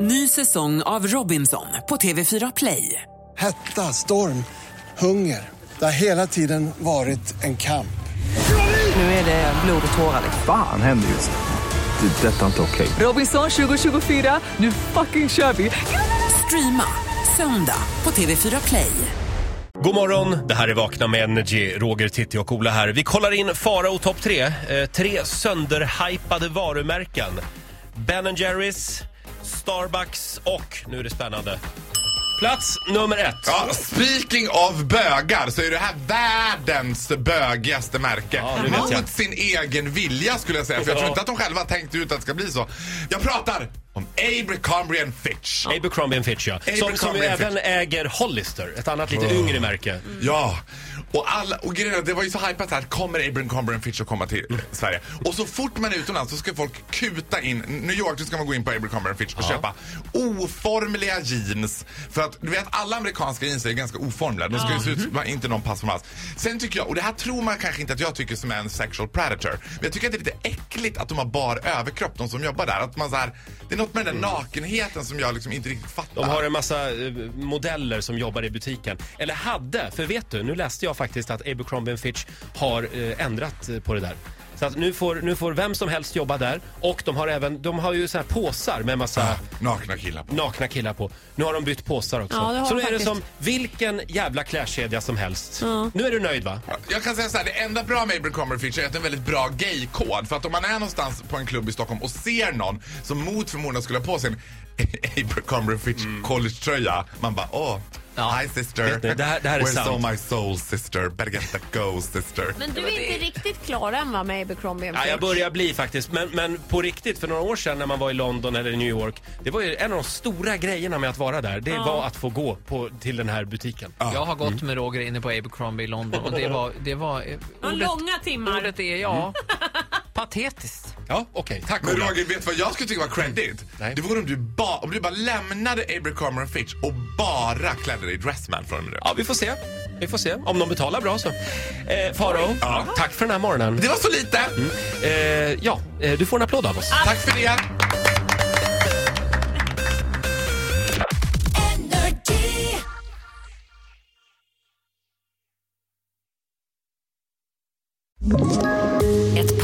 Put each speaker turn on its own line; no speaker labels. Ny säsong av Robinson på TV4 Play.
Hetta, storm, hunger. Det har hela tiden varit en kamp.
Nu är det blod och tårar.
Fan händer just nu. Det. är Detta är inte okej.
Robinson 2024, nu fucking kör vi! Streama söndag på TV4 Play.
God morgon, det här är Vakna med Energy. Roger, Titti och Ola här. Vi kollar in Farao topp tre. Eh, tre sönderhypade varumärken. Ben Jerrys, Starbucks och, nu är det spännande, plats nummer ett.
Ja, speaking of bögar så är det här världens bögigaste märke.
nu vet jag.
Mot sin egen vilja skulle jag säga. För jag tror inte att de själva tänkte ut att det ska bli så. Jag pratar om Abercrombie and Fitch.
Abercrombie and Fitch, ja. Som, som
Abercrombie and Fitch.
även äger Hollister, ett annat lite yngre märke.
Ja. Och, alla, och grejen är att det var ju så hypat här, kommer Abercrombie and Fitch att komma till Sverige? Och så fort man är utomlands så ska folk kuta in, New York så ska man gå in på Abercrombie and Fitch och köpa oformliga jeans. För att du vet alla amerikanska jeans är ganska oformliga, de ska ju se ut
Mhm.
som inte någon passform alls. Sen tycker jag, och det här tror man kanske inte att jag tycker som är en sexual predator, men jag tycker att det är lite äckligt att de har bar överkropp, de som jobbar där. Att man så här, det är något med den där nakenheten som jag liksom inte riktigt fattar.
Mm. De har en massa eh, modeller som jobbar i butiken. Eller hade, för vet du, nu läste jag faktiskt att Abercrombie Fitch har eh, ändrat eh, på det där. Så att nu får, nu får vem som helst jobba där och de har även, de har ju så här påsar med massa
Nakna killar på.
nakna killar på. Nu har de bytt påsar också.
Ja, det har
så
de
nu är det
faktiskt.
som vilken jävla klädkedja som helst. Nu är du nöjd va?
Jag kan säga så här, det enda bra med Abercrombie Fitch är att det är en väldigt bra gaykod. För att om man är någonstans på en klubb i Stockholm och ser någon som mot förmodan skulle ha på sig en Abercrombie Fitch collegetröja, man bara åh.
Mm. Ja.
Hi
Vet ni,
sister.
det här- det här är
Where's
sant.
all my soul sister? Better get that go sister.
Men du är inte riktigt klar än va med Abercrombie
Ja, jag börjar bli faktiskt, men, men på riktigt för några år sedan när man var i London eller New York. Det var ju en av de stora grejerna med att vara där. Det var att få gå på, till den här butiken.
Jag har gått med Roger inne på Abercrombie i Långdon och det var... Det var eh,
Ja,
ordet,
långa timmar.
ordet är, ja, patetiskt.
Ja, okej. Tack
Men
Ola.
Roger, vet du vad jag skulle tycka var credit?
Nej.
Det vore om du, ba- om du bara lämnade Abercrombie Fitch och bara klädde dig i Dressman från och med nu.
Ja, vi får se. Vi får se. Om de betalar bra så. Eh, Faro,
Ja.
tack för den här morgonen.
Det var så lite!
Eh, ja, eh, du får en applåd av oss.
Tack för det!
Ett